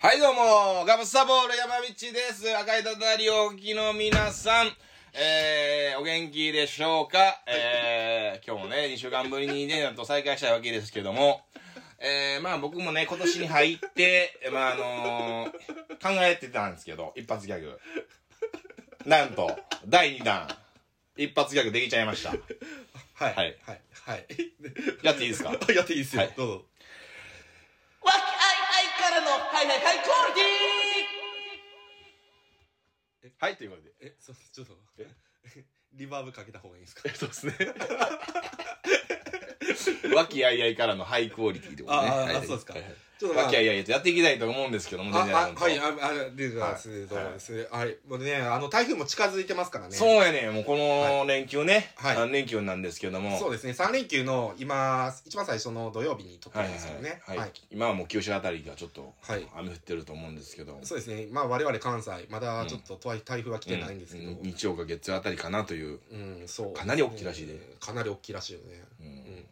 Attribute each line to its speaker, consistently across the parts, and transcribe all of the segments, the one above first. Speaker 1: はい、どうも、ガブサボール山道です。赤いたたりお聞きの皆さん、えー、お元気でしょうかえー、今日もね、2週間ぶりにデーナと再会したわけですけども、えー、まあ僕もね、今年に入って、まああのー、考えてたんですけど、一発ギャグ。なんと、第2弾、一発ギャグできちゃいました。
Speaker 2: はい。
Speaker 1: はい
Speaker 2: はい。はい。
Speaker 1: や っていいですか
Speaker 2: や っていいですよ。
Speaker 1: はい
Speaker 2: どうぞ。
Speaker 3: わきあいあいからの、はいはいはい、クオリテ
Speaker 1: はい、ということで。
Speaker 2: え、そう、ちょっと、え リバーブかけた方がいいですか
Speaker 1: そうですね。 和気あいあいからのハイクオリティってことね。
Speaker 2: ああ
Speaker 1: はい
Speaker 2: あそうですか
Speaker 1: はいはい
Speaker 2: ちょっとまあ
Speaker 1: 和気あいあいとやっていきたいと思うんですけども、全然
Speaker 2: あ
Speaker 1: 本、
Speaker 2: あ、
Speaker 1: 当
Speaker 2: はい、あ、あ、で、じゃあ、
Speaker 1: はい
Speaker 2: そうですね。はい。もうね、あの、台風も近づいてますからね。
Speaker 1: そうやねもうこの連休ね、
Speaker 2: はい
Speaker 1: 3連休なんですけども。
Speaker 2: そうですね。3連休の、今、一番最初の土曜日に撮って
Speaker 1: は
Speaker 2: る
Speaker 1: い
Speaker 2: んですよね。
Speaker 1: はいはい。今はもう九州あたりではちょっと
Speaker 2: はい
Speaker 1: 雨降ってると思うんですけど。
Speaker 2: そうですね。まあ、我々関西、まだちょっと、とはいえ台風は来てないんですけど。
Speaker 1: うん日曜か月曜あたりかなという。
Speaker 2: うん、そう。
Speaker 1: かなり大きいらしいで
Speaker 2: うん。かなり大きいらしいよね。
Speaker 1: うん
Speaker 2: うん。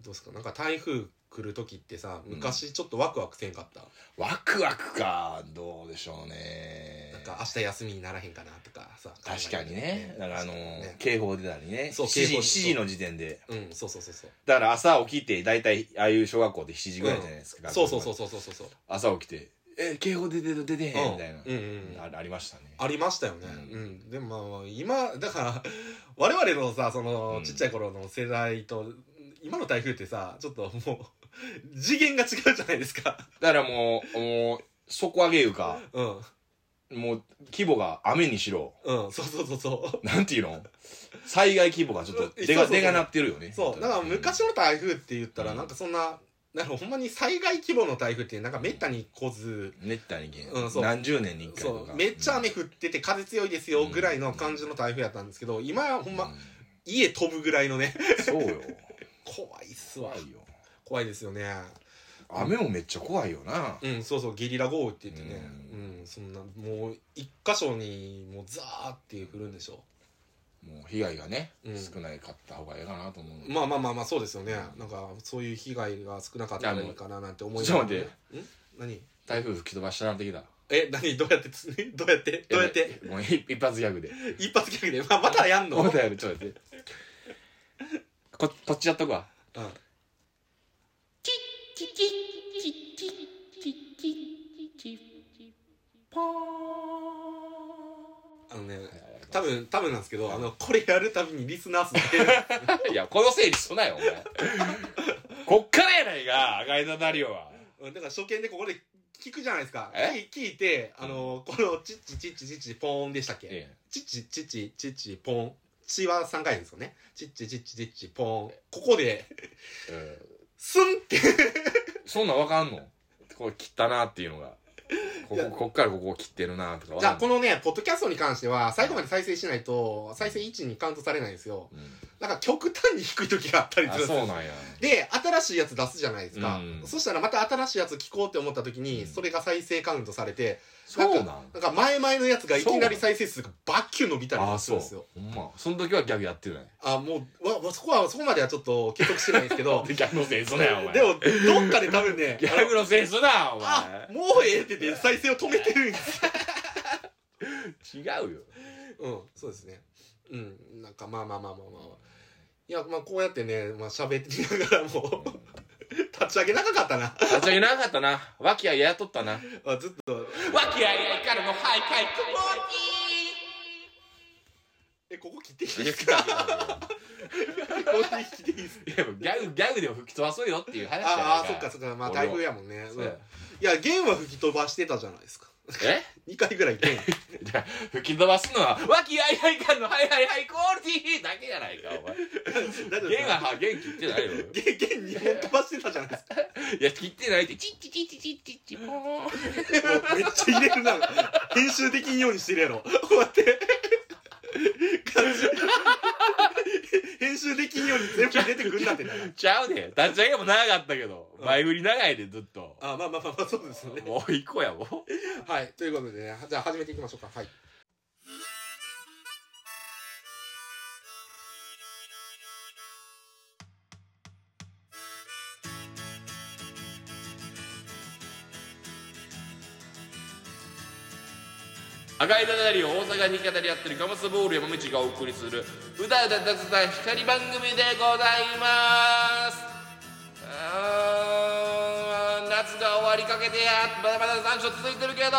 Speaker 2: どうですかなんか台風来る時ってさ、昔ちょっとワクワクせんかった。
Speaker 1: ワクワクか、どうでしょうね。
Speaker 2: なんか明日休みにならへんかなとかさ。
Speaker 1: 確かにね。だからあの
Speaker 2: 確かにね、
Speaker 1: 警報出たりね。
Speaker 2: そう
Speaker 1: 7時
Speaker 2: 警報
Speaker 1: 7時の時点で。
Speaker 2: うん、そうそうそうそう。
Speaker 1: だから朝起きて、大体、ああいう小学校で7時ぐらいじゃないですか。
Speaker 2: うんそうそうそう
Speaker 1: う。
Speaker 2: そうそうそう。
Speaker 1: 朝起きて、え、警報出てる、出てへん、みたいな。
Speaker 2: うんうんうん
Speaker 1: あありましたね。
Speaker 2: ありましたよね。
Speaker 1: う
Speaker 2: うんん。でもまあ、今、だから、 我々のさ、その
Speaker 1: う、ん
Speaker 2: ちっちゃい頃の世代と、今の台風ってさ、ちょっともう、次元が違うじゃないですか。
Speaker 1: だからもう、もう、底上げいうか、
Speaker 2: うん。
Speaker 1: もう、規模が雨にしろ、
Speaker 2: うん、そうそうそうそう。
Speaker 1: なんていうの災害規模がちょっと、で
Speaker 2: そうそう
Speaker 1: が、
Speaker 2: そう
Speaker 1: でがなってるよね。
Speaker 2: そう。だから昔の台風って言ったら、
Speaker 1: うん
Speaker 2: なんかそんな、なんかほんまに災害規模の台風って、なんかめったに来ず、
Speaker 1: めったに減、
Speaker 2: うんそう
Speaker 1: 何十年に一回
Speaker 2: そ
Speaker 1: とか。
Speaker 2: う、めっちゃ雨
Speaker 1: うん
Speaker 2: 降ってて風強いですよ、ぐらいの感じの台風やったんですけど、今はほんま、家飛ぶぐらいのね、
Speaker 1: そうよ。
Speaker 2: 怖いっすわ
Speaker 1: 怖。いよ。
Speaker 2: 怖いですよね。
Speaker 1: 雨もめっちゃ怖いよな。
Speaker 2: うん、そうそう、ゲリラ豪雨って言ってね、
Speaker 1: う
Speaker 2: うん、そんな、もう、一箇所に、もう、ザーって降るんでしょ。
Speaker 1: もう、被害がね、
Speaker 2: うん
Speaker 1: 少ないかった方がええかなと思う。
Speaker 2: まあまあまあまあ、そうですよね。なんか、そういう被害が少なかったらいいかななんて思い
Speaker 1: ちょっと
Speaker 2: ね
Speaker 1: 待って。
Speaker 2: ん何
Speaker 1: 台風吹き飛ばしたなってきた。
Speaker 2: え、何どうやってつ、 どうやってどうやって
Speaker 1: もう一一発ギャグ で。
Speaker 2: 一発ギャグで、まあ、またやんの
Speaker 1: お
Speaker 2: うん。
Speaker 1: 便りちょっと待って。こ、こっちやっとくわ。
Speaker 2: あのね、多分、多分なんですけど、あの、これやるたびにリスナー数減る
Speaker 1: いや、このせいにしとなよ、お前。こっからやないか、赤いダダリオは。
Speaker 2: うんだから、初見でここで聞くじゃないですか。
Speaker 1: え
Speaker 2: 聞い聞いて、あの、この、チッチチッチチッチポーンでしたっけ
Speaker 1: え
Speaker 2: チッチチッチチッチポン。チは3回ですよね。チッチチッチチッチポン。ここで、
Speaker 1: え
Speaker 2: スンって。
Speaker 1: そんなんわかんのこう切ったなっていうのが。こ
Speaker 2: いや
Speaker 1: こ、こっからここ切ってるなとかわ
Speaker 2: じゃ
Speaker 1: か
Speaker 2: あ、
Speaker 1: ん
Speaker 2: こ
Speaker 1: の。
Speaker 2: のね、ポッドキャストに関しては、最後まで再生しないと、再生1にカウントされないんですよ。なんか、極端に低い時があった
Speaker 1: うん
Speaker 2: り
Speaker 1: あ、
Speaker 2: するんです
Speaker 1: そう
Speaker 2: よ。
Speaker 1: なんや。
Speaker 2: で、新しいやつ出すじゃないですか。
Speaker 1: うん
Speaker 2: そしたらまた新しいやつ聞こうって思った時に、
Speaker 1: うん
Speaker 2: それが再生カウントされて、
Speaker 1: そうな
Speaker 2: なんんか前々のやつがいきなり再生数がバッキュ伸びたり
Speaker 1: あ、
Speaker 2: す
Speaker 1: そ
Speaker 2: るん
Speaker 1: う
Speaker 2: ですよ。。
Speaker 1: ほんま。その時はギャグやってない。、
Speaker 2: あ、もう、わ、わそこは、そこまではちょっと結束してないんですけ ど
Speaker 1: ギャグのせいにすなよ、お前。
Speaker 2: で、も、どっかで多分ね
Speaker 1: ギ、ャグのせいにすな、お
Speaker 2: あ
Speaker 1: 前。
Speaker 2: もうええって言って再生を止めてるんですよ。
Speaker 1: 違うよ。
Speaker 2: うん、そうですね。うん、なんかまあまあまあまあまあ。いや、まあこうやってね、まあ喋ってながらも、 立ち上げ長かったな。
Speaker 1: 立ち上げなかったな。和気あいあいやっとったな。
Speaker 2: あずっと、
Speaker 1: 和気あいあいからのハイカイクボ
Speaker 2: え、ここ切っていい
Speaker 1: ー
Speaker 2: ですかここ切っていいですか
Speaker 1: いや、ギャグ、ギャグでも吹き飛ばそうよっていう話じゃないか
Speaker 2: ああ、そっかそっか。まあ台風やもんね。うんいや、弦は吹き飛ばしてたじゃないですか。
Speaker 1: え
Speaker 2: 2回ぐら い弦。
Speaker 1: じゃあ吹き飛ばすのは、和気あいあい感のハイハイハイクオリティだけじゃないか、お前。
Speaker 2: 大丈夫です
Speaker 1: 弦
Speaker 2: か
Speaker 1: は元気言ってないよ。
Speaker 2: 弦、弦2本飛ばしてたじゃないですか。
Speaker 1: いや、切ってないって、チッチッチッチッチッチッチッポーン。
Speaker 2: もうめっちゃ入れるな。編集できんようにしてるやろ。こうやって。 感じ編集できんように全部出てくんなってな。
Speaker 1: ちゃうで。立ち上げも長かったけど、前振り長いで、ずっと。
Speaker 2: あまあまあまあまあ、そうですよね。
Speaker 1: もう一個や、もう。
Speaker 2: はい。ということでね、じゃあ始めていきましょうか。はい。
Speaker 1: 赤いダダリを大阪に語り合ってるカマスボール山道がお送りするうだうだ雑談光番組でございますうーん夏が終わりかけてまだまだ残暑続いてるけど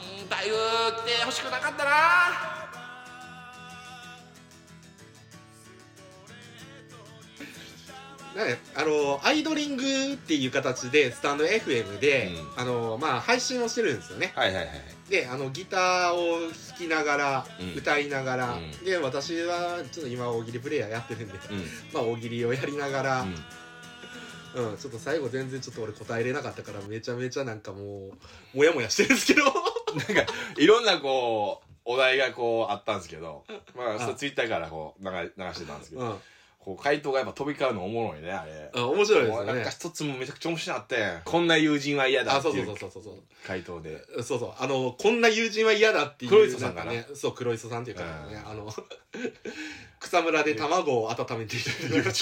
Speaker 1: うん台風って欲しくなかったな
Speaker 2: なんかあのアイドリングっていう形でスタンド FM で、
Speaker 1: う
Speaker 2: あのまあ、配信をしてるんですよね
Speaker 1: はいはいはい
Speaker 2: であのギターを弾きながら、
Speaker 1: うん
Speaker 2: 歌いながら、
Speaker 1: うん
Speaker 2: で私はちょっと今大喜利プレイヤーやってるんで、
Speaker 1: うん
Speaker 2: まあ、大喜利をやりながら、
Speaker 1: うん
Speaker 2: うん、ちょっと最後全然ちょっと俺答えれなかったからめちゃめちゃなんかもうモヤモヤしてるんですけど
Speaker 1: なんか、いろんなこう、お題がこうあったんですけど、まあ、それツイッターからこう流流してたんですけ
Speaker 2: う
Speaker 1: ど、
Speaker 2: ん、
Speaker 1: こう回答がやっぱ飛び交うのおもろいね、あれ。
Speaker 2: あ面白いです
Speaker 1: もう
Speaker 2: よ
Speaker 1: なん
Speaker 2: ね
Speaker 1: か一つもめちゃくちゃ面白かったやん。こんな友人は嫌だ
Speaker 2: あ
Speaker 1: って
Speaker 2: そう
Speaker 1: い
Speaker 2: そううそうそうそう
Speaker 1: 回答で。
Speaker 2: そうそうあのこんな友人は嫌だっていう
Speaker 1: 黒磯さんかな
Speaker 2: ねそう黒磯さんっていう方がね、
Speaker 1: う
Speaker 2: あの 草むらで卵を温めている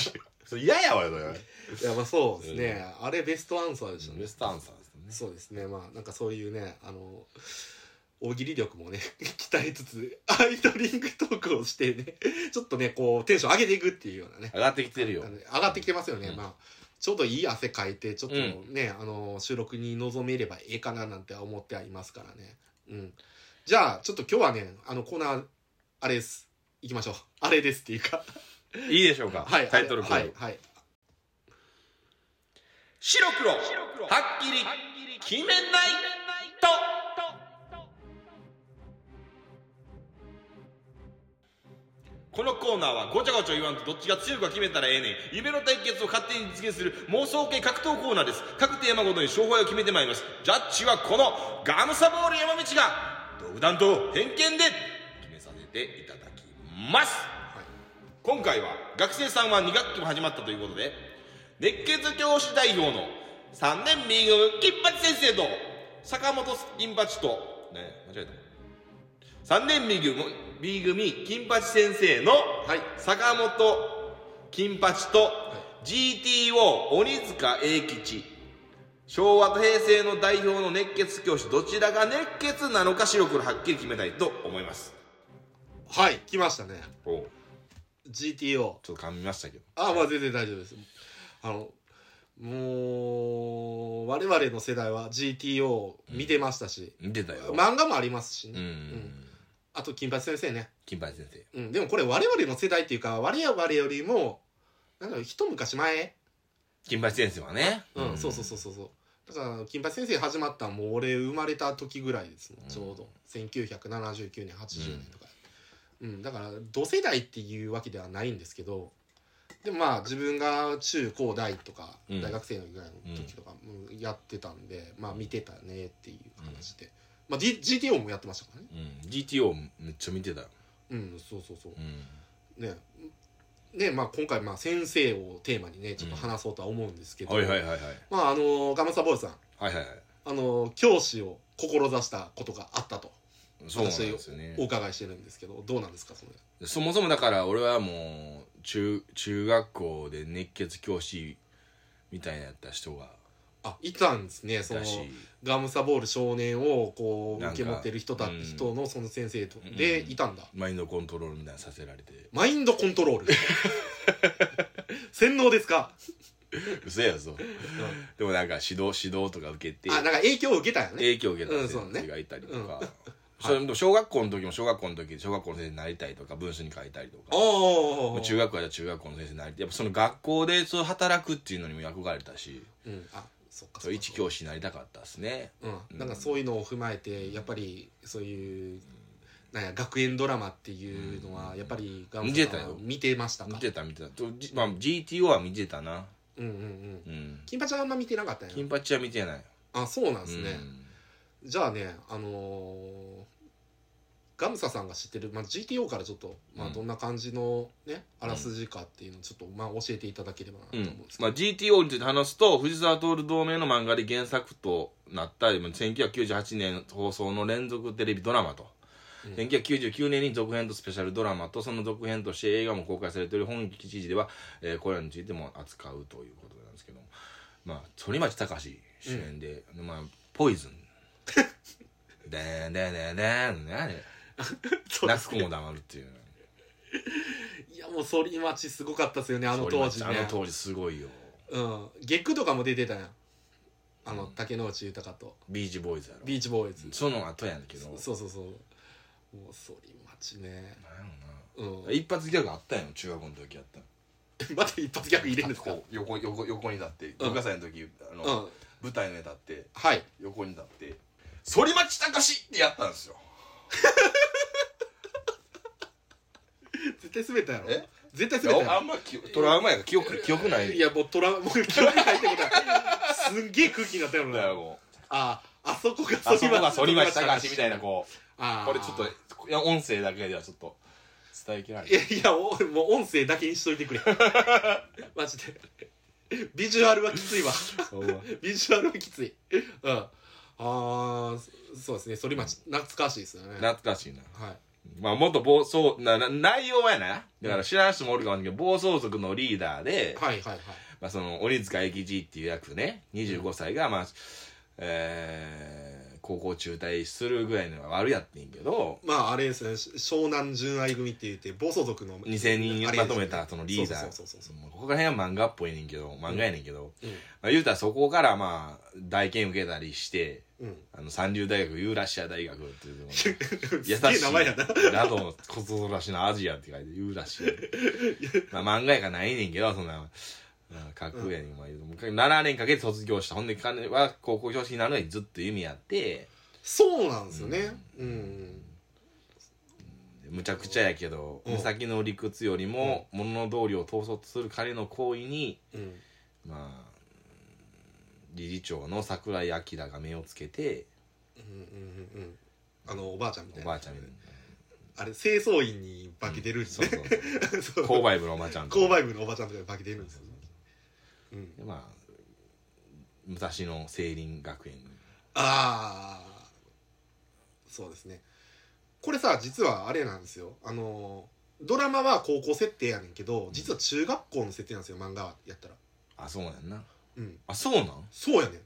Speaker 1: それ嫌やわよ、それ。
Speaker 2: いやまあそうですね、あれベストアンサーでしたね、
Speaker 1: ベストアンサーですね。
Speaker 2: そうですねまあなんかそういうねあの大喜利力もね鍛えつつアイドリングトークをしてねちょっとねこうテンション上げていくっていうようなね
Speaker 1: 上がってきてるよ
Speaker 2: あ。の上がってきてますよね、
Speaker 1: うん
Speaker 2: まあちょうどいい汗かいてちょっと
Speaker 1: う
Speaker 2: ね、あの収録に臨めればええかななんて思ってはいますからねうんじゃあちょっと今日はねあのコーナーあれです行きましょうあれですっていうか
Speaker 1: いいでしょうか
Speaker 2: はい
Speaker 1: タイトルコ
Speaker 2: は
Speaker 1: ー
Speaker 2: い
Speaker 1: ル。
Speaker 2: はい
Speaker 1: 白黒、はっきり、決めないと。このコーナーはごちゃごちゃ言わんとどっちが強いか決めたらええねん夢の対決を勝手に実現する妄想系格闘コーナーです各テーマごとに勝敗を決めてまいりますジャッジはこのガムサボール山道が独断と偏見で決めさせていただきます
Speaker 2: い
Speaker 1: 今回は学生さんは2学期も始まったということで熱血教師代表の3年 B 組金八先生と坂本金八とね間違えた3年 B 組 B 組金八先生の
Speaker 2: はい
Speaker 1: 坂本金八と GTO 鬼塚英吉昭和と平成の代表の熱血教師どちらが熱血なのか白黒はっきり決めたいと思います
Speaker 2: はい来ましたね
Speaker 1: お
Speaker 2: GTO
Speaker 1: ちょっと噛みましたけど
Speaker 2: あまあ全然大丈夫ですあのもう我々の世代は GTO を見てましたし、
Speaker 1: 見てたよ
Speaker 2: 漫画もありますしね、
Speaker 1: うん、
Speaker 2: あと金八先生ね、
Speaker 1: 金八先生
Speaker 2: うん、でもこれ我々の世代っていうか我々よりもなんか一昔前、
Speaker 1: 金八先生はね
Speaker 2: うんそうそうそうそうそうだから金八先生始まったのもう俺生まれた時ぐらいですもん、ちょうど1979年80年とか、うんだから同世代っていうわけではないんですけどでもまあ自分が中高大とか
Speaker 1: うん
Speaker 2: 大学生のぐらいの時とかうんやってたんで、まあ見てたねっていう話で、まあ、D- GTO もやってましたからね
Speaker 1: うん、GTO めっちゃ見てたよ、
Speaker 2: うんそうそうそう
Speaker 1: うん、
Speaker 2: ねねまあ、今回まあ先生をテーマにねちょっと話そうとは思うんですけど、
Speaker 1: はいはいはいはい
Speaker 2: まああのガムサボールさん
Speaker 1: はいはいはい
Speaker 2: あの教師を志したことがあったと
Speaker 1: そうなんですよね
Speaker 2: お伺いしてるんですけどどうなんですかそれ
Speaker 1: そもそもだから俺はもう中中学校で熱血教師みたいなやった人が
Speaker 2: あいたんですねその
Speaker 1: だし
Speaker 2: ガムサボール少年をこう
Speaker 1: なん
Speaker 2: 受
Speaker 1: か
Speaker 2: け持ってる人だって人のその先生と
Speaker 1: うん
Speaker 2: でいたんだ
Speaker 1: マインドコントロールみたいなのさせられて
Speaker 2: マインドコントロール 洗脳ですか、
Speaker 1: 嘘やぞ
Speaker 2: うん
Speaker 1: でもなんか指導指導とか受けて
Speaker 2: あなんか影響を受けたよね
Speaker 1: 影響を受けた先生がいたりと
Speaker 2: うんそう
Speaker 1: か
Speaker 2: ね
Speaker 1: それも小学校の時も小学校の時で小学校の先生になりたいとか文書に書いたりとか
Speaker 2: お
Speaker 1: も
Speaker 2: お
Speaker 1: う中学校やったら中学校の先生になりたいやっぱその学校でそう働くっていうのにも憧れたし
Speaker 2: うんあそっか
Speaker 1: そう一教師になりたかったですね
Speaker 2: うん、なんかそういうのを踏まえてやっぱりそういう、なんや学園ドラマっていうのはやっぱりガム
Speaker 1: 見
Speaker 2: さ
Speaker 1: て
Speaker 2: ん
Speaker 1: たよ
Speaker 2: は見てました
Speaker 1: 見
Speaker 2: か
Speaker 1: てた見てたと、じまあ、GTO は見てたな
Speaker 2: うんうんうん
Speaker 1: うん
Speaker 2: 金八はあんま見てなかったよ
Speaker 1: 金八は見てない
Speaker 2: あそうなんです
Speaker 1: う
Speaker 2: ね、
Speaker 1: ん
Speaker 2: じゃあねあのーガムサさんが知ってる、まあ、GTO からちょっと、まあ、
Speaker 1: うん
Speaker 2: どんな感じのね、あらすじかっていうのをちょっと、まあ、教えていただければなと
Speaker 1: う
Speaker 2: 思うんんですけ
Speaker 1: ま
Speaker 2: ど、
Speaker 1: あ、GTO について話すと藤沢徹同名の漫画で原作となったでも1998年放送の連続テレビドラマと、
Speaker 2: うん
Speaker 1: 1999年に続編とスペシャルドラマとその続編として映画も公開されている本記事では、えーこれらについても扱うということなんですけども まあ反町隆史主演で、まあ、ポイズンでんでんでんでんねあれ
Speaker 2: そうで
Speaker 1: 泣
Speaker 2: す
Speaker 1: く子も黙るっていう
Speaker 2: いやもう反町すごかったですよねあの当時ね
Speaker 1: あの当時すごいよ
Speaker 2: うんゲックとかも出てたやんあの竹野内豊と
Speaker 1: ビーチボーイズやろ
Speaker 2: ビーチボーイズ
Speaker 1: その後やんけど
Speaker 2: そうそうそうもう反町ね
Speaker 1: なんや
Speaker 2: う
Speaker 1: ろ
Speaker 2: ん
Speaker 1: な一発ギャグあったんやろ中学の時やったの
Speaker 2: また一発ギャグ入れるんですか
Speaker 1: こう横横横に立って文化祭の時あの、
Speaker 2: うん
Speaker 1: 舞台の上立って
Speaker 2: はい
Speaker 1: 横に立って「反町隆史!」ってやったんですよ
Speaker 2: 絶対滑ったやろ
Speaker 1: え
Speaker 2: 絶対
Speaker 1: い
Speaker 2: 滑っ
Speaker 1: や
Speaker 2: た
Speaker 1: あ
Speaker 2: や
Speaker 1: んま記憶トラウマやから記憶記憶な
Speaker 2: ろ
Speaker 1: い
Speaker 2: いやもうトラも う記憶に入ってことはすんげえ空気になったやろ
Speaker 1: だよ
Speaker 2: な
Speaker 1: もう
Speaker 2: ああそこが
Speaker 1: あそこが反町
Speaker 2: 高
Speaker 1: 隆
Speaker 2: 橋
Speaker 1: 史みたいなこう
Speaker 2: あー
Speaker 1: これちょっといや音声だけではちょっと伝えきらない
Speaker 2: いやいやおもう音声だけにしといてくれ マジでビジュアルはきついわ ビジュアルはきついうんああそうですね反町懐かしいですよね
Speaker 1: 懐かしいな
Speaker 2: はい
Speaker 1: まあ元暴走なな内容はやなだから知らん人もおるかもしれんけど暴走族のリーダーで、
Speaker 2: はいはいはい
Speaker 1: まあ、その鬼塚駅次っていう役ね25歳が、まあえー高校中退するぐらいのが悪やってんけど
Speaker 2: まああれですねし湘南純愛組って言って暴走族の
Speaker 1: 2000人
Speaker 2: あれです
Speaker 1: まと
Speaker 2: ね
Speaker 1: めたそのリーダ
Speaker 2: そうそうそうそ
Speaker 1: ー
Speaker 2: う
Speaker 1: もうここら辺は漫画っぽいねんけど漫画やねんけど、
Speaker 2: そう
Speaker 1: まあ、言うたらそこからまあ大研受けたりして
Speaker 2: うん、うん
Speaker 1: あの三流大学ユーラシア大学っていうところ優
Speaker 2: すげえ
Speaker 1: し
Speaker 2: 名前やな
Speaker 1: いラドのコツらしのアジアって書いてユーラシアまあ漫画やからないねんけどそんなうん架空やねん、まあ、7年かけて卒業したほんで彼は高校教師になるのにずっと意味やって
Speaker 2: そうなんですよねうん、
Speaker 1: むちゃくちゃやけど
Speaker 2: うん
Speaker 1: 目先の理屈よりも物の道理を統率する彼の行為に
Speaker 2: うん、
Speaker 1: まあ理事長の桜井明が目をつけて
Speaker 2: うんうんうんうんあのおばあちゃんみた
Speaker 1: お
Speaker 2: い
Speaker 1: ば
Speaker 2: な
Speaker 1: あちゃん に
Speaker 2: あれ清掃員に化けてるんです
Speaker 1: そうそ
Speaker 2: ね、
Speaker 1: うそう
Speaker 2: そう
Speaker 1: 購買部のおばちゃんと
Speaker 2: 購買部のおばちゃんとかに化けてるんですよ、うん、
Speaker 1: でまあ武蔵野聖林学園
Speaker 2: ああそうですねこれさ実はあれなんですよあのードラマは高校設定やねんけど実は中学校の設定なんですよ漫画やったら
Speaker 1: あそうやんな
Speaker 2: うん
Speaker 1: あそうなん
Speaker 2: そうやね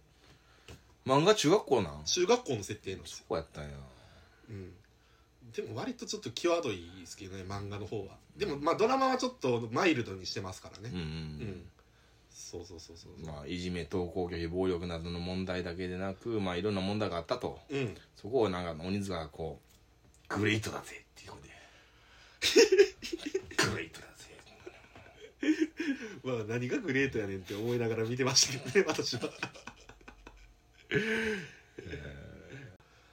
Speaker 2: ん
Speaker 1: 漫画中学校なん
Speaker 2: 中学校の設定なんですよ、
Speaker 1: そうやったんや
Speaker 2: うん、でも割とちょっと際どいですけどね漫画の方はでもまあドラマはちょっとマイルドにしてますから
Speaker 1: うんうん
Speaker 2: ねうん、そうそうそうそう、
Speaker 1: まあ、いじめ登校拒否暴力などの問題だけでなくまあいろんな問題があったと
Speaker 2: うん
Speaker 1: そこをなんか鬼塚がこうグレートだぜっていうことでグレートだぜ
Speaker 2: まあ何がグレートやねんって思いながら見てましたけどね 私は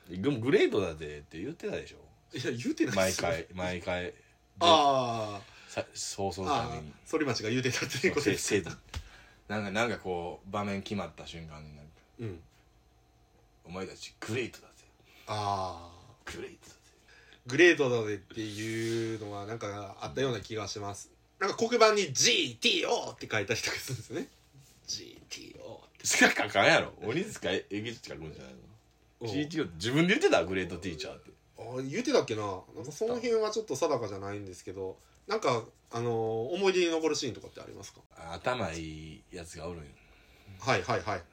Speaker 1: でもグレートだぜって言ってたでしょ
Speaker 2: いや言うてないっ
Speaker 1: 毎
Speaker 2: す よ
Speaker 1: 回毎回
Speaker 2: ああ
Speaker 1: さそうそうた
Speaker 2: あ
Speaker 1: め
Speaker 2: あ
Speaker 1: に
Speaker 2: 反町が言うてたっていうこと
Speaker 1: せ
Speaker 2: で
Speaker 1: せ
Speaker 2: す
Speaker 1: いなんかなんかこう場面決まった瞬間になんか
Speaker 2: うん
Speaker 1: 「お前たちグレートだぜ
Speaker 2: ああ
Speaker 1: グレートだぜ
Speaker 2: グレートだぜっていうのはなんかあったような気がしますなんか黒板に GTO って書いたりとかするんですよね GTO」
Speaker 1: しか書かんやろ鬼塚えげつ書くんじゃないの GTO って自分で言ってたグレートティーチャーって
Speaker 2: あ言うてたっけななんかその辺はちょっと定かじゃないんですけどなんかあのー思い出に残るシーンとかってありますか
Speaker 1: あ頭いいやつがおるんよ
Speaker 2: はいはいはい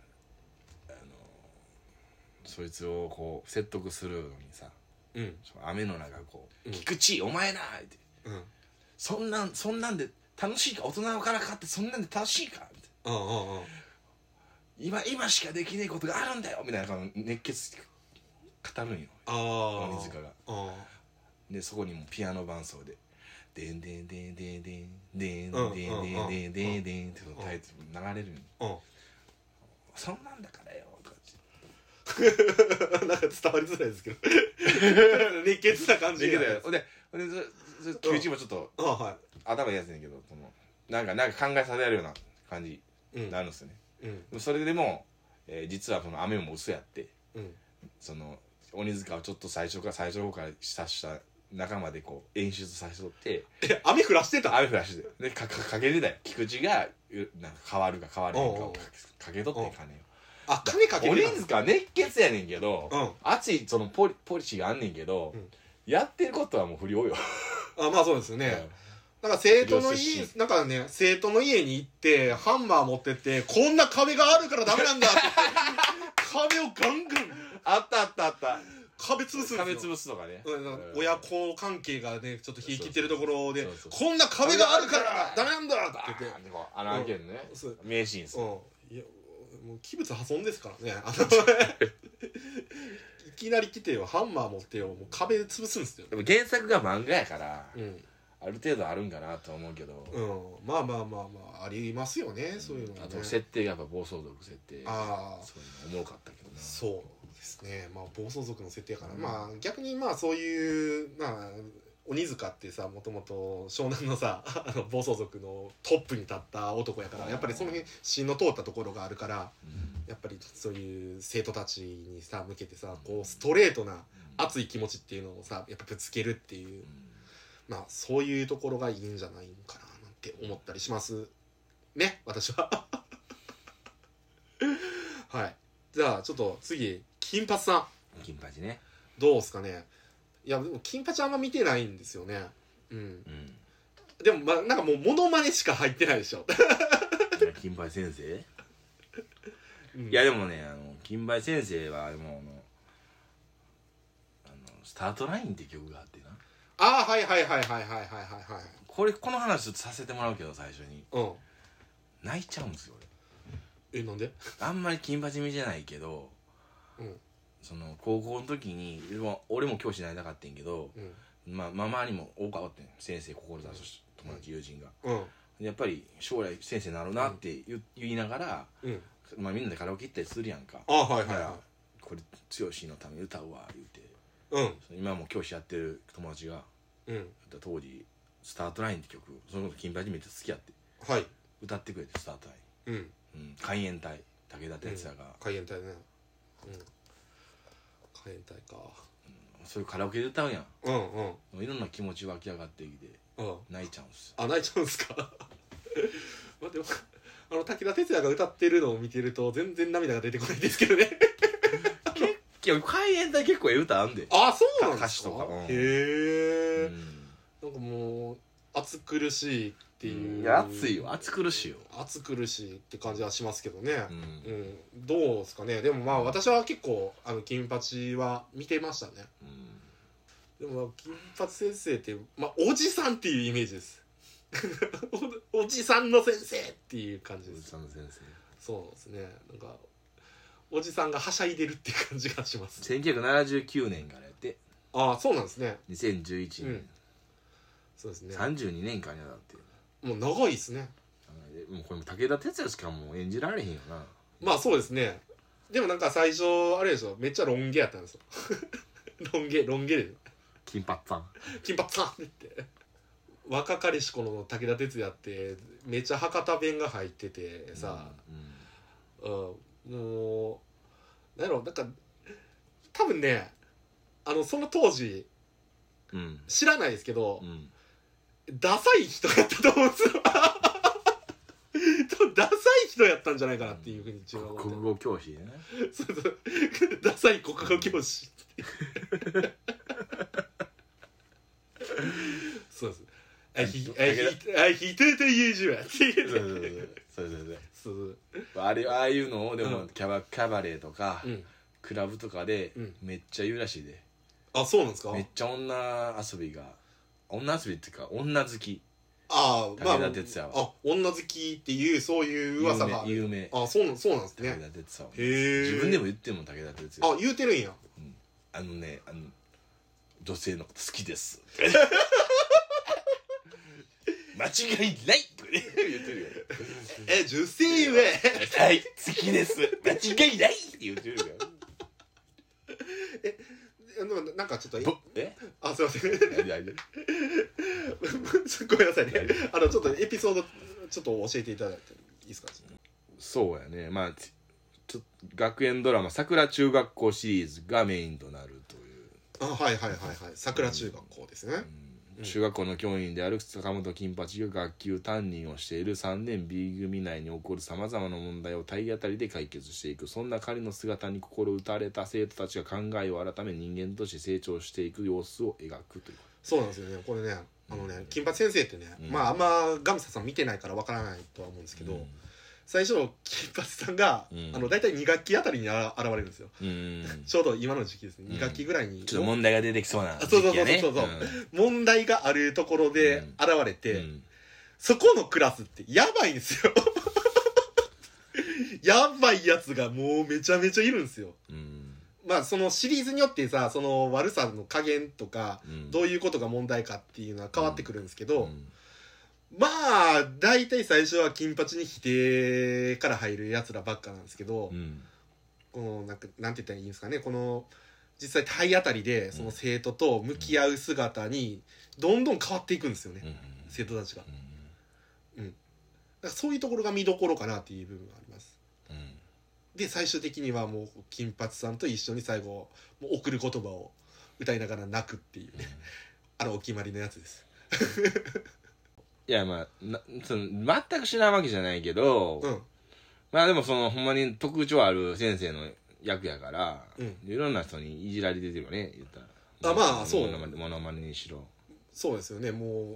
Speaker 1: そいつをこう説得するのにさ
Speaker 2: うん
Speaker 1: 雨の中こう
Speaker 2: う
Speaker 1: 「
Speaker 2: ん
Speaker 1: 菊池お前な!」って
Speaker 2: うんうん
Speaker 1: 「そんなんそんなんで楽しいか大人からかってそんなんで楽しいか」って
Speaker 2: うんうん
Speaker 1: 「今今しかできねえことがあるんだよ」みたいなこの熱血語るんよ
Speaker 2: ああ
Speaker 1: 鬼塚が。
Speaker 2: あ
Speaker 1: でそこにもピアノ伴奏で「でんでんでんでんでんでんでん
Speaker 2: うん
Speaker 1: でんでんでんでんでん」ってそのタイトル流れるんよ
Speaker 2: あうん
Speaker 1: そんなんだからよとかって
Speaker 2: なん か伝わりづらいですけど 熱血な感じ
Speaker 1: でほんでほんでそそ球児もちょっと
Speaker 2: あは
Speaker 1: 頭いいやつねんけどそのなんかなんか考えさせられるような感じ
Speaker 2: いうん
Speaker 1: になるんですよね
Speaker 2: うん
Speaker 1: でもそれでも、えー実はその雨も嘘やって
Speaker 2: うん
Speaker 1: その鬼塚をちょっと最初から最初の方から親した仲間でこう演出させとって
Speaker 2: え雨降らしてた
Speaker 1: 雨降らしてでかかかけてたよ菊池がうなんか変わるか変われへんかをかけかけとって
Speaker 2: おう
Speaker 1: 金を
Speaker 2: あ金かけて
Speaker 1: 鬼
Speaker 2: た
Speaker 1: 塚は熱血やねんけど、
Speaker 2: うん
Speaker 1: 熱いそのポリポリシーがあんねんけど、
Speaker 2: うん
Speaker 1: やってることはもう不良よ、
Speaker 2: あまあそうです よね、なんか生徒の家なんかね生徒の家に行ってハンマー持ってってこ んな壁があるからダメなんだって壁をガンガン
Speaker 1: あったあったあった
Speaker 2: 壁潰すんですよ
Speaker 1: 壁潰すとかね。
Speaker 2: うんなんか
Speaker 1: うん
Speaker 2: 親子関係がねちょっと冷え切ってるところで
Speaker 1: そうそう
Speaker 2: こんな壁があるからダメなんだ
Speaker 1: バ
Speaker 2: って言
Speaker 1: ーン
Speaker 2: っ
Speaker 1: っててこう穴開けるね
Speaker 2: うんそう。
Speaker 1: 名シーンです。
Speaker 2: うんいやもう器物破損ですからね あのいきなり来てよハンマー持ってよもう壁潰すんですよ
Speaker 1: でも原作が漫画やから、
Speaker 2: うん、
Speaker 1: ある程度あるんかなと思うけど、
Speaker 2: うん、まあまあまあまあありますよねそういうの
Speaker 1: あ
Speaker 2: はね
Speaker 1: と設定がやっぱ暴走族設定。
Speaker 2: ああ
Speaker 1: そういうのおもろかったけどな。
Speaker 2: そうですねまあ暴走族の設定やから、まあ逆にまあそういうまあ鬼塚ってさもともと湘南のさ あの暴走族のトップに立った男やからやっぱりその辺芯の通ったところがあるから
Speaker 1: うん
Speaker 2: やっぱりそういう生徒たちにさ向けてさこうストレートな熱い気持ちっていうのをさやっぱぶつけるっていうまあそういうところがいいんじゃないのかななんて思ったりしますね私は はいじゃあちょっと次金髪さん
Speaker 1: 金八ね。
Speaker 2: どうですかねいやでも金八あんま見てないんですよねうん
Speaker 1: うん。
Speaker 2: でもまあなんかもうモノマネしか入ってないでしょ、
Speaker 1: 金八先生
Speaker 2: うん
Speaker 1: いやでもね、あの、金八先生は、もう、あの、あのスタートラインって曲があってな。
Speaker 2: ああはいはいはいはいはいはいはいはい
Speaker 1: これ、この話ちょっとさせてもらうけど、最初に。
Speaker 2: うん
Speaker 1: 泣いちゃうんですよ、俺。
Speaker 2: えなんで
Speaker 1: あんまり金八見じゃないけど、
Speaker 2: うん
Speaker 1: その、高校の時に、まあ俺も教師になりたかってんけど、
Speaker 2: うん
Speaker 1: まあ、ママにも多かったんよ先生、志す友達、友人が。
Speaker 2: うん
Speaker 1: やっぱり、将来先生になるなって言,、言いながら、
Speaker 2: うん
Speaker 1: まあ、みんなでカラオケ行ったりするやんか。
Speaker 2: ああはいはい
Speaker 1: だから
Speaker 2: は
Speaker 1: これ、剛のために歌うわ、言うて。
Speaker 2: い
Speaker 1: 今も教師やってる友達が
Speaker 2: うんうん
Speaker 1: 当時「スタートライン」って曲そのこと金八めっちゃ好きやって
Speaker 2: はい
Speaker 1: 歌ってくれてスタートライ
Speaker 2: うん
Speaker 1: ン、うん、海援隊武田鉄矢が、
Speaker 2: 海援隊ねうん海援隊か
Speaker 1: そういうカラオケで歌うやん
Speaker 2: うんうん
Speaker 1: いろんな気持ち湧き上がってきて
Speaker 2: うん
Speaker 1: 泣いちゃうんすよ
Speaker 2: あ泣いちゃうんすか まあでもあの武田鉄矢が歌ってるのを見てると全然涙が出てこないですけどね
Speaker 1: いや海援隊結構ええ歌あんで
Speaker 2: あそうなんで
Speaker 1: 歌
Speaker 2: す
Speaker 1: 詞
Speaker 2: か
Speaker 1: とかうん
Speaker 2: へえ、
Speaker 1: うん
Speaker 2: なんかもう暑苦しいっていう
Speaker 1: いや暑いよ暑苦しいよ
Speaker 2: 暑苦しいって感じはしますけどね、
Speaker 1: うん、
Speaker 2: うんどうですかねでもまあ私は結構あの金八は見てましたね
Speaker 1: うん
Speaker 2: でも金髪先生って、まあ、おじさんっていうイメージです おおじさんの先生っていう感じ
Speaker 1: お
Speaker 2: で
Speaker 1: じ
Speaker 2: す
Speaker 1: さんの先生
Speaker 2: そうですねなんかおじさんがはしゃいでるっていう感じがします
Speaker 1: 1979年からやって
Speaker 2: ああそうなんですね
Speaker 1: 2011年、
Speaker 2: そうですね
Speaker 1: 32年間やだって
Speaker 2: もう長いですね
Speaker 1: でもうこれも武田鉄矢しかもう演じられへんよな
Speaker 2: まあそうですねでもなんか最初あれでしょめっちゃロン毛やったんですよ ロン毛ロン毛で
Speaker 1: 金髪さん
Speaker 2: 金髪さんって言って若かりし頃の武田鉄矢ってめっちゃ博多弁が入っててさ、
Speaker 1: う
Speaker 2: うん、もうなんやろなんか多分ねあのその当時
Speaker 1: んうん
Speaker 2: 知らないですけど
Speaker 1: う、ん
Speaker 2: ダサい人やったと思うんですよ ダサい人やったんじゃないかなっていうふうに自分は思って
Speaker 1: 国語教師でね
Speaker 2: そうそうダサい国語教師っていうそうです I he, I he, I he did usual って
Speaker 1: そうそう
Speaker 2: いうね
Speaker 1: そうそう
Speaker 2: そう
Speaker 1: そうあれああいうのをで
Speaker 2: う
Speaker 1: も
Speaker 2: ん
Speaker 1: キャバキャバレーとか
Speaker 2: うん
Speaker 1: クラブとかで
Speaker 2: うん
Speaker 1: めっちゃ言うらしいで
Speaker 2: あそうなんですか
Speaker 1: めっちゃ女遊びが女遊びっていうか女好き
Speaker 2: ああまあ
Speaker 1: 武田鉄矢は
Speaker 2: あ女好きっていうそういう噂が
Speaker 1: 有名有名
Speaker 2: あそうなんそうなんです
Speaker 1: 武
Speaker 2: ね
Speaker 1: 田鉄矢は
Speaker 2: へー
Speaker 1: 自分でも言ってんもん武田鉄矢
Speaker 2: あ言うてるんや
Speaker 1: あのねあの女性のこと好きです 間違いないとかね言ってるよ
Speaker 2: え女性は
Speaker 1: はい、好きです。間違いないって言ってるか
Speaker 2: でもなんかちょっと
Speaker 1: ら。ぼえ
Speaker 2: あすいません
Speaker 1: 何何
Speaker 2: ごめんなさいねあのちょっとエピソードちょっと教えていただいていいですか
Speaker 1: そうやね。まあ、ちちょ学園ドラマ、桜中学校シリーズがメインとなるという。
Speaker 2: あはいはいはいはい桜中学校ですね
Speaker 1: うん中学校の教員である坂本金八が学級担任をしている3年 B 組内に起こるさまざまな問題を体当たりで解決していくそんな彼の姿に心打たれた生徒たちが考えを改め人間として成長していく様子を描くという
Speaker 2: そうなんですよねこれねあのね金八先生ってね
Speaker 1: うん
Speaker 2: まああんまガムサさん見てないからわからないとは思うんですけど
Speaker 1: うん
Speaker 2: 最初の金髪さんが、
Speaker 1: うん
Speaker 2: あの大体2学期あたりにあら現れるんですよ
Speaker 1: うん
Speaker 2: ちょうど今の時期ですね
Speaker 1: うん
Speaker 2: 2学期ぐらいに、
Speaker 1: ちょっと問題が出てきそうな
Speaker 2: そうそう
Speaker 1: 時期やね
Speaker 2: そうそうそう問題があるところで現れて、
Speaker 1: うんうん
Speaker 2: そこのクラスってやばいんですよ やばいやつがもうめちゃめちゃいるんですよ
Speaker 1: うん
Speaker 2: まあそのシリーズによってさその悪さの加減とか
Speaker 1: うん
Speaker 2: どういうことが問題かっていうのは変わってくるんですけど、
Speaker 1: ん
Speaker 2: まあ大体最初は金八に否定から入るやつらばっかなんですけど、
Speaker 1: うん
Speaker 2: このなんかなんて言ったらいいんですかねこの実際体当たりでその生徒と向き合う姿にどんどん変わっていくんですよね、
Speaker 1: うん
Speaker 2: 生徒たちがだからそういうところが見どころかなっていう部分があります
Speaker 1: うん
Speaker 2: で最終的にはもう金八さんと一緒に最後もう送る言葉を歌いながら泣くっていうね、あのお決まりのやつです
Speaker 1: いやまあなその全く知らんわけじゃないけど、
Speaker 2: うん
Speaker 1: まあでもそのほんまに特徴ある先生の役やから、
Speaker 2: うん
Speaker 1: いろんな人にいじられてるよね言ったら
Speaker 2: あまあそう
Speaker 1: ものまねものまねにしろ
Speaker 2: そうですよねも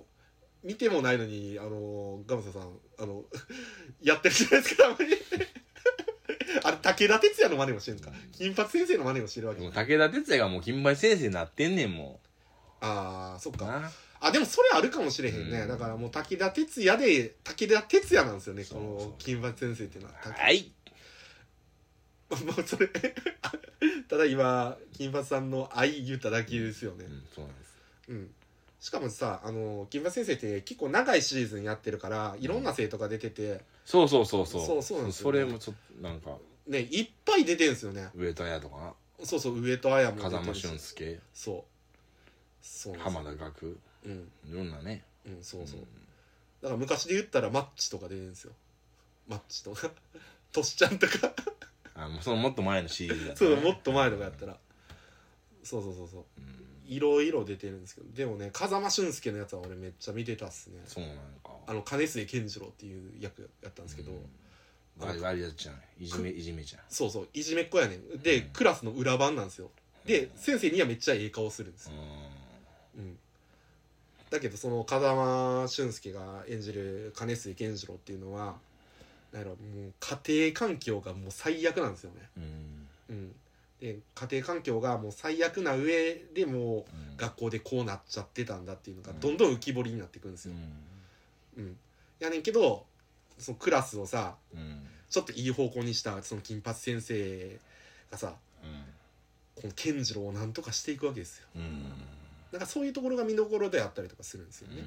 Speaker 2: う見てもないのにあのガムサさんあの やってるじゃないですかたまに あれ武田鉄矢の真似もしてるんですか金八先生の真似もしてるわけ
Speaker 1: で
Speaker 2: じ
Speaker 1: も
Speaker 2: ゃ
Speaker 1: 武
Speaker 2: ない
Speaker 1: 田鉄矢がもう金八先生になってんねんも
Speaker 2: ああそっ
Speaker 1: う
Speaker 2: か
Speaker 1: な
Speaker 2: あでもそれあるかもしれへんね、
Speaker 1: うん
Speaker 2: だからもう武田鉄矢で武田鉄矢なんですよね
Speaker 1: そう
Speaker 2: こ
Speaker 1: そう
Speaker 2: の金八先生っていうのはた
Speaker 1: はい
Speaker 2: もうそれ ただ今金八さんの愛言っただけですよね
Speaker 1: うんそうなんです
Speaker 2: うんしかもさあの金八先生って結構長いシーズンやってるからいろんな生徒が出てて、
Speaker 1: そうそうそうそう
Speaker 2: そうそうなんですよ
Speaker 1: そ
Speaker 2: ね
Speaker 1: れもちょっとなんか
Speaker 2: ねいっぱい出てるんですよね
Speaker 1: 上田屋とか
Speaker 2: そうそう上戸彩も出
Speaker 1: 風
Speaker 2: て
Speaker 1: 間
Speaker 2: るし
Speaker 1: 俊介
Speaker 2: そうそうなんです
Speaker 1: 浜田岳
Speaker 2: うん
Speaker 1: いろんなね
Speaker 2: うんそうそう、
Speaker 1: うん
Speaker 2: だから昔で言ったらマッチとか出るんですよマッチとか トシちゃんとか
Speaker 1: あもうそのもっと前のシリーズだった
Speaker 2: そ
Speaker 1: ね
Speaker 2: うもっと前のがやったらそうそうそうそう
Speaker 1: うん
Speaker 2: いろいろ出てるんですけどでもね風間俊介のやつは俺めっちゃ見てたっすね
Speaker 1: そうなんか
Speaker 2: あの金末健次郎っていう役やったんですけど、
Speaker 1: うんわりわりやっちゃういじめいじめちゃ
Speaker 2: そうそういじめっ子やねんで、
Speaker 1: うん
Speaker 2: クラスの裏番なんですよで先生にはめっちゃええ顔するんですよ
Speaker 1: う
Speaker 2: うん、だけどその風間俊介が演じる金末健次郎っていうのはなんやろもう家庭環境がもう最悪なんですよね、
Speaker 1: うんうん
Speaker 2: うん、で家庭環境がもう最悪な上でもう
Speaker 1: うん
Speaker 2: 学校でこうなっちゃってたんだっていうのが
Speaker 1: うん
Speaker 2: どんどん浮き彫りになっていくんですよ、うん、やねんけどそのクラスをさ
Speaker 1: うんうん
Speaker 2: ちょっといい方向にしたその金髪先生がさこの健次郎をなんとかしていくわけですよ
Speaker 1: うんうん
Speaker 2: なんかそういうところが見どころであったりとかするんですよね、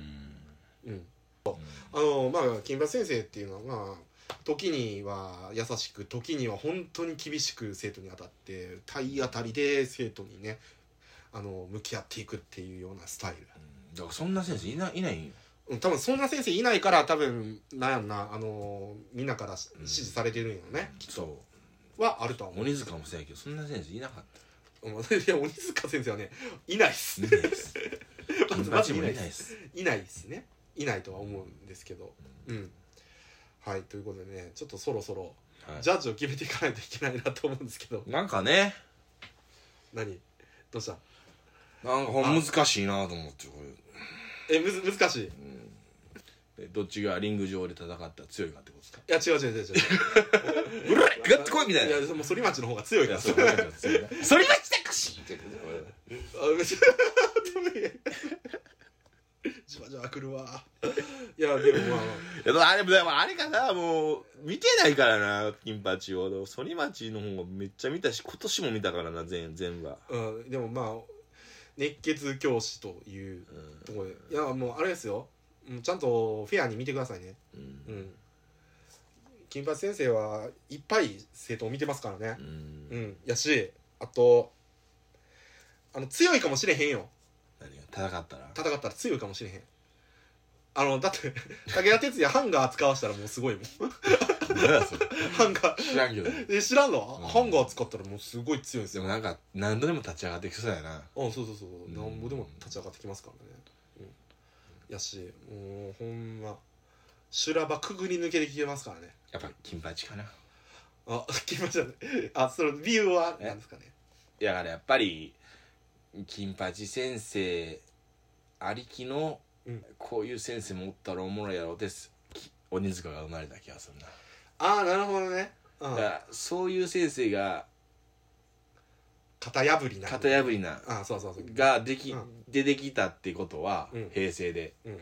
Speaker 2: うん
Speaker 1: うん
Speaker 2: あのまあ金八先生っていうのはまあ時には優しく時には本当に厳しく生徒に当たって体当たりで生徒にねあの向き合っていくっていうようなスタイル、
Speaker 1: だからそんな先生いないいないよ
Speaker 2: うん、多分そんな先生いないから多分なんやろなあのみんなからし
Speaker 1: うん
Speaker 2: 支持されてるんよね、
Speaker 1: そ
Speaker 2: はあるとは
Speaker 1: う
Speaker 2: 思う、
Speaker 1: 鬼塚もそうやけどそんな先生いなかっ
Speaker 2: うん、いや鬼塚先生はねいないっす
Speaker 1: たいないです金
Speaker 2: まず
Speaker 1: 八もい
Speaker 2: まず
Speaker 1: ない
Speaker 2: いない
Speaker 1: で
Speaker 2: っ
Speaker 1: す
Speaker 2: いないですねいないとは思うんですけどうんはいということでねちょっとそろそろ
Speaker 1: はい
Speaker 2: ジャッジを決めていかないといけないなと思うんですけど
Speaker 1: なんかね
Speaker 2: 何どうした
Speaker 1: なんかほん難しいなと思ってこれ
Speaker 2: えむず難しいい
Speaker 1: えどっちがリング上で戦ったら強いかってことですか
Speaker 2: や違う違う違う
Speaker 1: う
Speaker 2: 違
Speaker 1: るっグッとこいみた
Speaker 2: う
Speaker 1: い
Speaker 2: い
Speaker 1: な
Speaker 2: やもう反町の方が強い
Speaker 1: い
Speaker 2: から
Speaker 1: や
Speaker 2: そ
Speaker 1: そうう反町が強いな反町隆史って言ってた俺
Speaker 2: じわじわ来るわいやでもまあ
Speaker 1: いやあれでもあれかなもう見てないからな金八を反町の方がめっちゃ見たし今年も見たからな全全部は
Speaker 2: まあ、うん、でもまあ熱血教師という
Speaker 1: う
Speaker 2: ところでいやもうあれですようんちゃんとフェアに見てくださいね
Speaker 1: んうん
Speaker 2: うん金八先生はいっぱい生徒を見てますからね
Speaker 1: うん
Speaker 2: うんやしあとあの強いかもしれへんよ
Speaker 1: 何が戦ったら
Speaker 2: 戦ったら強いかもしれへんあのだって 武田鉄矢ハンガー使わしたらもうすごいもん
Speaker 1: 何やそれ
Speaker 2: ハンガー
Speaker 1: 知らんけど
Speaker 2: え知らんの、
Speaker 1: うん
Speaker 2: ハンガー使ったらもうすごい強いんです
Speaker 1: で
Speaker 2: よ
Speaker 1: もな
Speaker 2: あ
Speaker 1: んか何度でも立ち上がってきそうやな
Speaker 2: そうそうそうそう
Speaker 1: うん
Speaker 2: なんぼでも立ち上がってきますからね、うんやしもうほんま修羅場くぐり抜けてきてますからね
Speaker 1: やっぱ金八かな
Speaker 2: あ 聞きましたねあその理由は
Speaker 1: え
Speaker 2: 何ですかね
Speaker 1: いやだからやっぱり金八先生ありきの
Speaker 2: うん
Speaker 1: こういう先生もおったらおもろいやろうですき鬼塚が生まれた気がするな
Speaker 2: ああなるほどね、うん
Speaker 4: だからそういう先生が
Speaker 2: 型破りな
Speaker 4: 型破りな
Speaker 2: ああそうそうそう
Speaker 4: ができ、
Speaker 2: うん
Speaker 4: 出てきたってことは、
Speaker 2: うん
Speaker 4: 平成で
Speaker 2: うん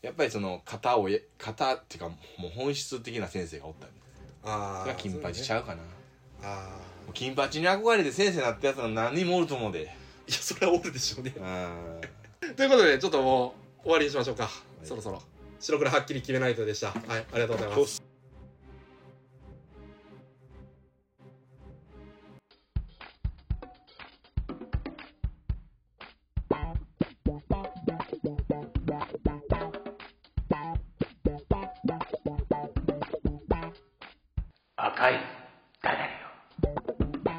Speaker 4: やっぱりその型をや型っていうかもう本質的な先生がおったよね
Speaker 2: あ
Speaker 4: そ
Speaker 2: あ
Speaker 4: れが金八ちゃうかなも
Speaker 2: あ
Speaker 4: う金八に憧れて先生になったやつは何人もおると思うで
Speaker 2: あいやそれはおるでしょうね
Speaker 4: うん
Speaker 2: ということでちょっともう終わりにしましょうか、そろそろ白黒はっきり決めないとでしたはいありがとうございます
Speaker 5: 赤いダダリオ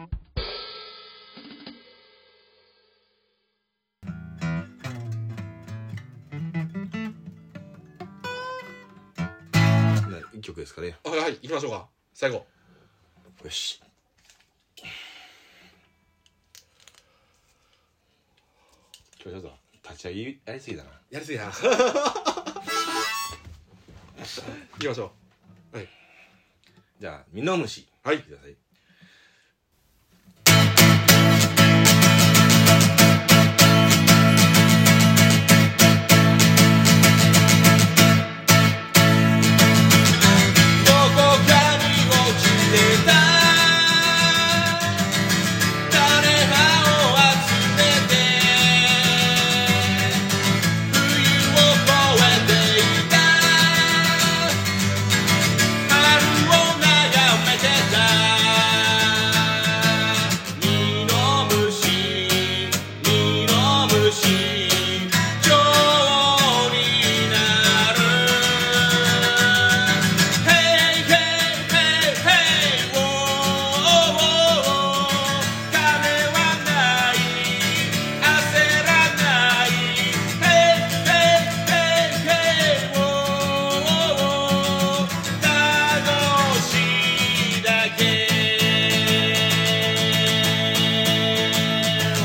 Speaker 4: 一曲ですかね
Speaker 2: はいはい行きましょうか最後
Speaker 4: よし今日ちょっと立ち上げやりすぎだな
Speaker 2: やりすぎや 行きましょうはい
Speaker 4: じゃあミノムシ
Speaker 2: はい
Speaker 4: くださいどこかに落ちてた誰かを集めて冬を越えていた春を眺めてた二の虫二の虫蝶になる Hey hey hey hey oh oh oh 金はない焦らない Hey hey hey hey oh oh oh 楽しいだけ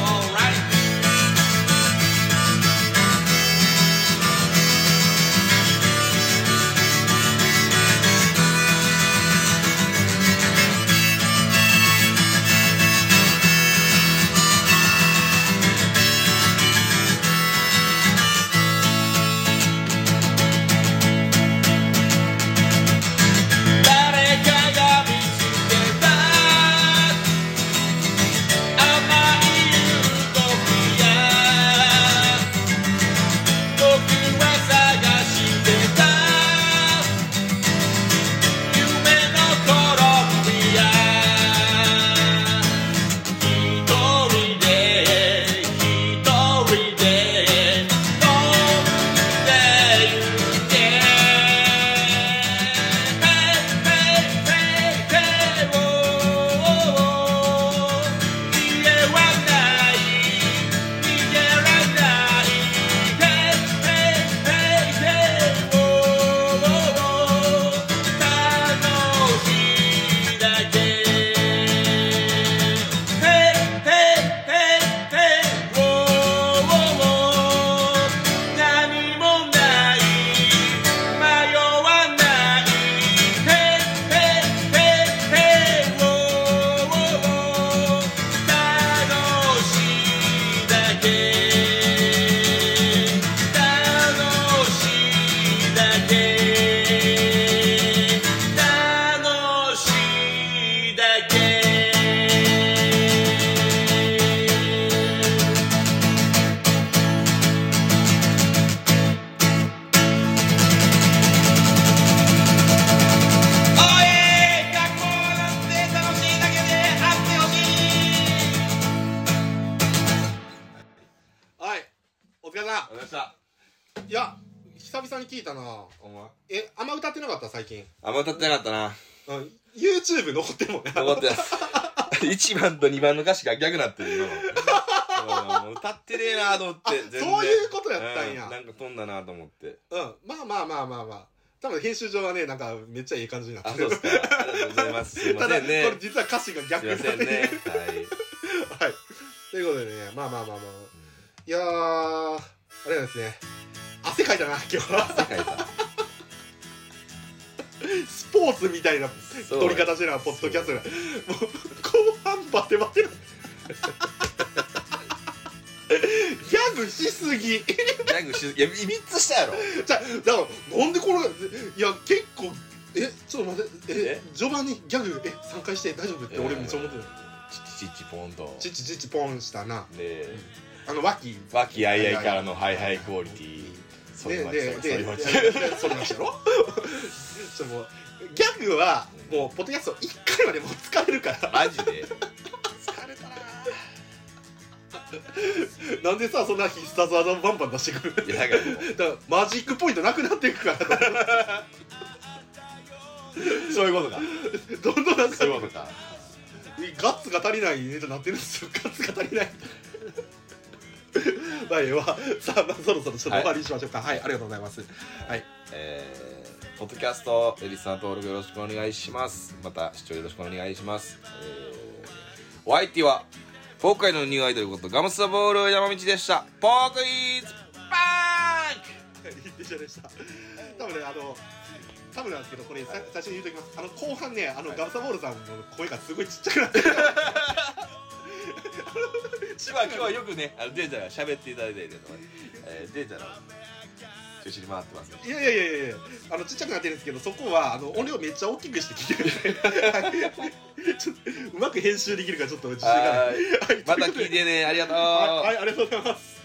Speaker 4: Alright 誰かが見つけた甘いウトピア僕は探してた夢のコロンビア一人で一人で飛んで行け Hey, hey, hey, hey, oh, oh, oh. 逃げはない逃げられない Hey, hey, hey, hey, oh, oh, oh. 楽しいだけ Hey, hey, hey, hey, oh, oh, oh. 何もない迷わない Hey, hey, hey, hey, oh, oh, oh 楽しいだけ楽しいだけ楽しいだけおい学校なんて楽しいだけであってほしい
Speaker 2: はいお疲れ様
Speaker 4: ありがとうございました
Speaker 2: いや久々に聞いたな
Speaker 4: お前
Speaker 2: えあんま歌ってなかった最近
Speaker 4: あんま歌ってなかったな
Speaker 2: うん YouTube 残ってるもんね
Speaker 4: 残ってます1番と2番の歌詞が逆なってるようん歌ってねえなと思って全然
Speaker 2: そういうことやったんや
Speaker 4: うなんか飛んだなと思って
Speaker 2: うんまあまあまあまあまあ多分編集上はねなんかめっちゃいい感じにな
Speaker 4: あ
Speaker 2: って
Speaker 4: そう
Speaker 2: る
Speaker 4: ですかありがとうございます すいま
Speaker 2: ただ
Speaker 4: せ
Speaker 2: こ
Speaker 4: ん
Speaker 2: れ
Speaker 4: ね
Speaker 2: 実は歌詞が
Speaker 4: す
Speaker 2: 逆
Speaker 4: いませんね
Speaker 2: はい
Speaker 4: はい
Speaker 2: ということでねまあまあまあまあいやーあ れなんですね汗かいたな今日は
Speaker 4: 汗かいた
Speaker 2: スポーツみたいな
Speaker 1: そう
Speaker 2: 取り方してるなポッドキャストがもう後半バテバ テなギャグしす
Speaker 1: ギ
Speaker 2: ぎ
Speaker 1: ャグしいやいびつしたやろ
Speaker 2: じゃあだからなんでこれいや結構えちょっと待ってえ序盤にギャグえ3回して大丈夫って俺めっちゃ思ってた
Speaker 1: チッチチッチポンと
Speaker 2: チッチチッチポンしたな
Speaker 1: で
Speaker 2: あの脇
Speaker 1: 和気あいあいからのハイハイクオリティそれ
Speaker 2: で
Speaker 1: ま
Speaker 2: で
Speaker 1: で
Speaker 2: で
Speaker 1: それ
Speaker 2: で
Speaker 1: まで
Speaker 2: それまでやろちょっともうギャグはもうポッドキャスト1回までもう疲れるから
Speaker 1: マジで
Speaker 2: 疲れたななんでさそんな必殺技バンバン出してくる
Speaker 1: いやだからもう
Speaker 2: だからマジックポイントなくなっていくから
Speaker 1: そういうことか
Speaker 2: どんどんなんか
Speaker 1: そういうことか
Speaker 2: ガッツが足りないネタになってるんですよガッツが足り ないまあええわさあ、まあ、そろそろちょっと終わりにしましょうかはい、ありがとうございますはい
Speaker 1: えーポッドキャストリスナー登録よろしくお願いしますまた視聴よろしくお願いします、えーお相手は今回のニューアイドルことガムスタボール山道でしたポークイーズパンク
Speaker 2: 一緒でした多分ねあの多分なんですけどこれさ最初に言うときますあの後半ねあの
Speaker 1: はい
Speaker 2: ガムサボールさんの声がすごいちっちゃくな ってる
Speaker 1: 千葉今日はよくねあのデータが喋っていただいてるので、えー、データの中心に回ってます
Speaker 2: いやいやいやいやいやあのちっちゃくなってるんですけどそこはあの音量めっちゃ大きくして聞いて るはいちょっとうまく編集できるかちょっと自信がない
Speaker 1: はいまた聞いてねありがとう
Speaker 2: はい、はい、ありがとうございます